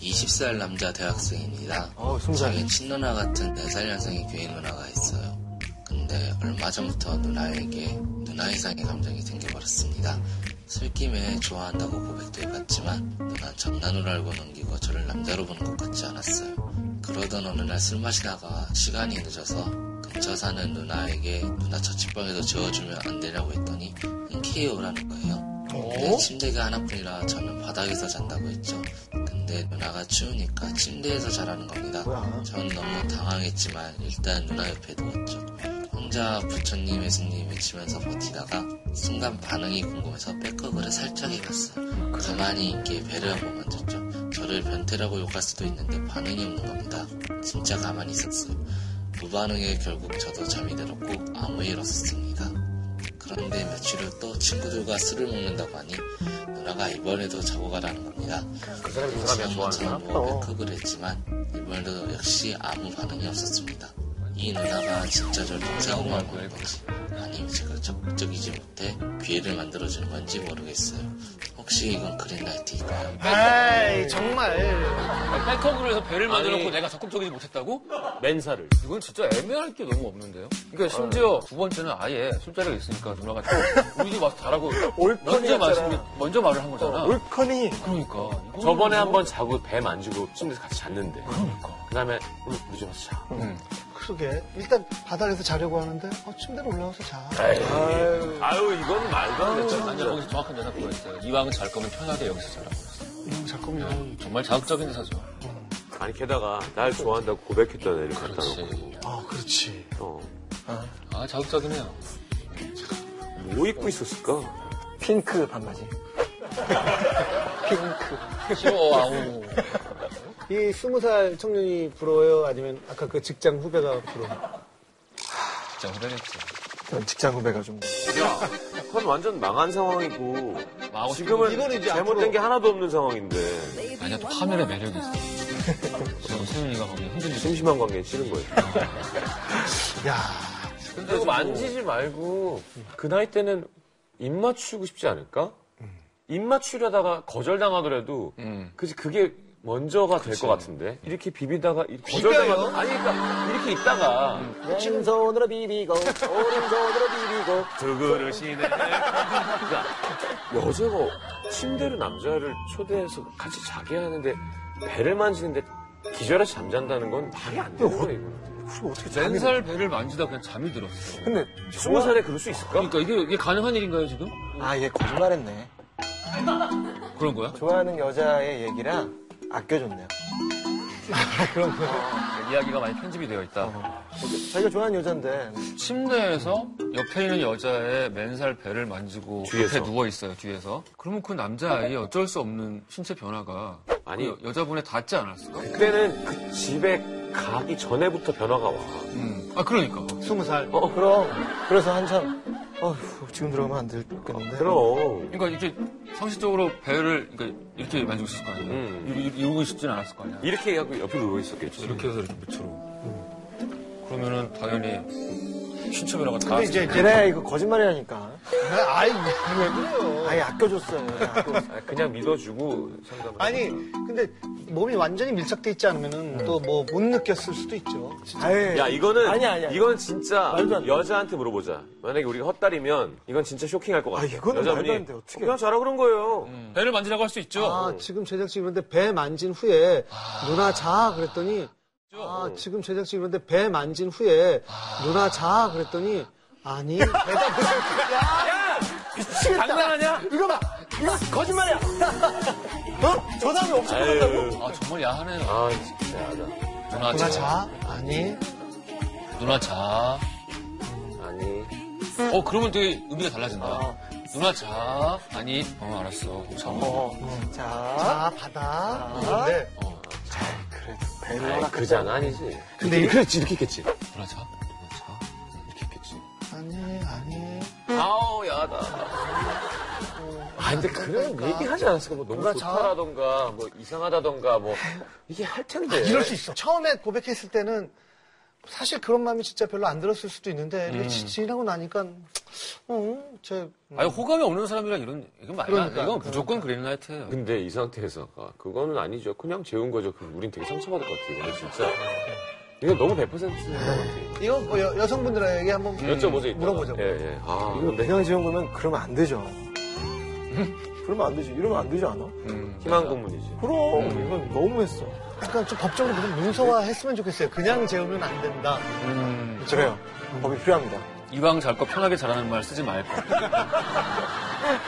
20살 남자 대학생입니다. 어, 스무 살. 저희 친누나 같은 4살 연상의 교회 누나가 있어요. 근데 얼마 전부터 누나에게 누나 이상의 감정이 생겨버렸습니다. 술김에 좋아한다고 고백도 해봤지만 누나 장난으로 알고 넘기고 저를 남자로 보는 것 같지 않았어요. 그러던 어느 날 술 마시다가 시간이 늦어서 근처 사는 누나에게 누나 저침방에도 재워주면 안 되냐고 했더니 흔쾌히 오라는 거예요. 어? 근데 침대가 하나뿐이라 저는 바닥에서 잔다고 했죠. 근데 누나가 추우니까 침대에서 자라는 겁니다. 뭐야. 전 너무 당황했지만 일단 누나 옆에 누웠죠. 혼자 부처님, 예수님 외치면서 버티다가 순간 반응이 궁금해서 백허그를 살짝 해봤어요. 가만히 있게 배를 한번 만졌죠. 저를 변태라고 욕할 수도 있는데 반응이 없는 겁니다. 진짜 가만히 있었어요. 무반응에 결국 저도 잠이 들었고 아무 일 없었습니다. 그런데 며칠 후 또 친구들과 술을 먹는다고 하니 누나가 이번에도 자고 가라는 겁니다. 그 사람이 그 사람이 좋아하는 지난번처럼 사람? 뭐 어. 백업을 했지만 이번에도 역시 아무 반응이 없었습니다. 이 누나가 진짜 저를 동생으로만 보는 건지 아니면 제가 적극적이지 못해 기회를 만들어주는 건지 모르겠어요. 혹시 이건 그린라이트일까요? 에이, 정말. 팔컵으로 해서 배를 만들어놓고 아니. 내가 적극적이지 못했다고? 맨살을. 이건 진짜 애매할 게 너무 없는데요? 그러니까 심지어 두 번째는 아예 술자리가 있으니까 누나가 또 우리 집 와서 자라고 올 먼저 뻔했잖아. 마시는 게 먼저 말을 한 거잖아. 울커니. 그러니까. 이거는 저번에 뭐- 한 번 자고 배 만지고 침대에서 같이 잤는데. 그러니까. 그 다음에 오늘 우리 집 와서 자. 그러게. 일단 바닥에서 자려고 하는데, 어, 침대로 올라와서 자. 아유, 이건 말도 안 아니, 되잖아. 거기서 정확한 대답 보였어요. 이왕 잘 거면 편하게 여기서 자라고. 이놈 자꾸만. 정말 자극적인 대사죠. 아니, 게다가 날 좋아한다고 고백했던 애를 갖다 놓고. 그렇지. 아, 그렇지. 어. 아, 자극적이네요. 뭐 입고 있었을까? 핑크 반바지. 싫어, 아우. 이 스무 살 청년이 부러워요? 아니면 아까 그 직장 후배가 부러워요? 진짜 후배겠지. 전 직장 후배가 좀. 그건 완전 망한 상황이고. 이거는 망하고 지금은 이제 잘못된 앞으로- 게 하나도 없는 상황인데. 아니야, 또 화면에 매력이 있어. 그리고 세윤이가 거기 흔들리고. 심심한 관계는 싫은 거예요. 야 근데 그거 만지지 말고 그 나이 때는 입 맞추고 싶지 않을까? 입 맞추려다가 거절당하더라도 음. 그지 그게 먼저가 될 것 같은데 이렇게 비비다가 이- 거절당하고 아니 그러니까 이렇게 있다가 음. 왼손으로 비비고, 오른손으로 비비고. 두 그릇이네 여자가 침대로 남자를 초대해서 같이 자게 하는데 배를 만지는데 기절해서 잠잔다는 건 말이 안 되는 거예요 이거는 그리고 어떻게 잠이 들 맨살 배를 만지다 그냥 잠이 들었어. 근데, 스무 살에 그럴 수 있을까? 그러니까 이게, 이게 가능한 일인가요, 지금? 아, 얘 거짓말했네. 그런 거야? 좋아하는 여자의 얘기랑 아껴줬네요. 이야기가 많이 편집이 되어 있다. 자기가 좋아하는 여잔데, 침대에서 옆에 있는 여자의 맨살 배를 만지고 뒤에서. 옆에 누워 있어요 뒤에서. 그러면 그 남자아이의 어쩔 수 없는 신체 변화가 아니. 그 여자분에 닿지 않았을까? 그때는 그 집에 가기 전에부터 변화가 와 음. 아 그러니까. 스무 살. 어, 그럼. 그래서 한참, 어휴, 지금 들어가면 안 되겠는데. 그럼 그러니까 이렇게 상식적으로 배를 그러니까 이렇게 만지고 있을 거 아니야. 음. 요 이러, 이러고 싶진 않았을 거 아니야. 이렇게 해갖고 옆에 누워 있었겠지. 이렇게 해서 이렇게 밑으로. 그러면은 당연히 신체 변화가 다. 근데 이제, 이제 그래, 이거 거짓말이라니까. 아이, 왜 그래요? 아예 아껴줬어요. 아예 아껴줬어요. 아, 그냥 믿어주고 상담을. 아니, 근데 몸이 완전히 밀착돼 있지 않으면은 또 뭐 못 느꼈을 수도 있죠. 음. 아예. 야 이거는 아니야, 아니야. 이건 진짜 말도 안 돼. 여자한테 물어보자. 만약에 우리가 헛다리면 이건 진짜 쇼킹할 것 같아. 아, 이거는 여자분이 말도 안 돼, 어떡해. 그냥 자라 그런 거예요. 배를 만지라고 할 수 있죠. 아, 지금 제작진 그런데 배 만진 후에 누나 자 그랬더니 아, 지금 제작진 그런데 배 만진 후에 누나 자 그랬더니 아니 배가 무슨 아, 장난하냐? 이거 봐! 이거 거짓말이야! 어? 전화기 없어. 에휴. 아 정말 야하네. 아 진짜 야다. 누나 누나 자. 자 아니 누나 자. 아니 어 그러면 되게 의미가 달라진다. 누나 자. 아니. 어 알았어. 자. 자, 자 받아 그런데 그래도 아니, 벨로라 그 장난 아니지. 근데 이렇게 했지 이렇게 했겠지. 누나 자. 누나 자. 이렇게 했겠지. 아니 아니 아우 야다. 아 근데 그런 얘기하지 않았을까? 뭐 너무 좋다라던가 아, 뭐 이상하다던가 뭐 이게 할 텐데. 이럴 수 있어 처음에 고백했을 때는 사실 그런 마음이 진짜 별로 안 들었을 수도 있는데 이게 지- 지나고 나니까 어, 제 아니 호감이 없는 사람이랑 이런 이건 말이 안 돼. 그러니까, 이건 무조건 그린라이트예요. 근데 이 상태에서 아, 그거는 아니죠. 그냥 재운 거죠. 그럼 우린 되게 상처받을 것 같아요. 근데 진짜 이거 너무 100%인 것 같아요. 이거 뭐 여, 여성분들에게 한번 여쭤보죠. 이따가. 물어보죠. 예, 예. 아, 이거 근데 그냥 지은 거면 그러면 안 되죠. 그러면 안 되지. 이러면 안 되지 않아? 음, 희망 고문이지. 그럼 이건 너무했어. 약간 좀 법적으로 좀 문서화했으면 좋겠어요. 그냥 재우면 안 된다. 음, 그래요. 법이 필요합니다. 이왕 잘 거 편하게 잘하는 말 쓰지 말고.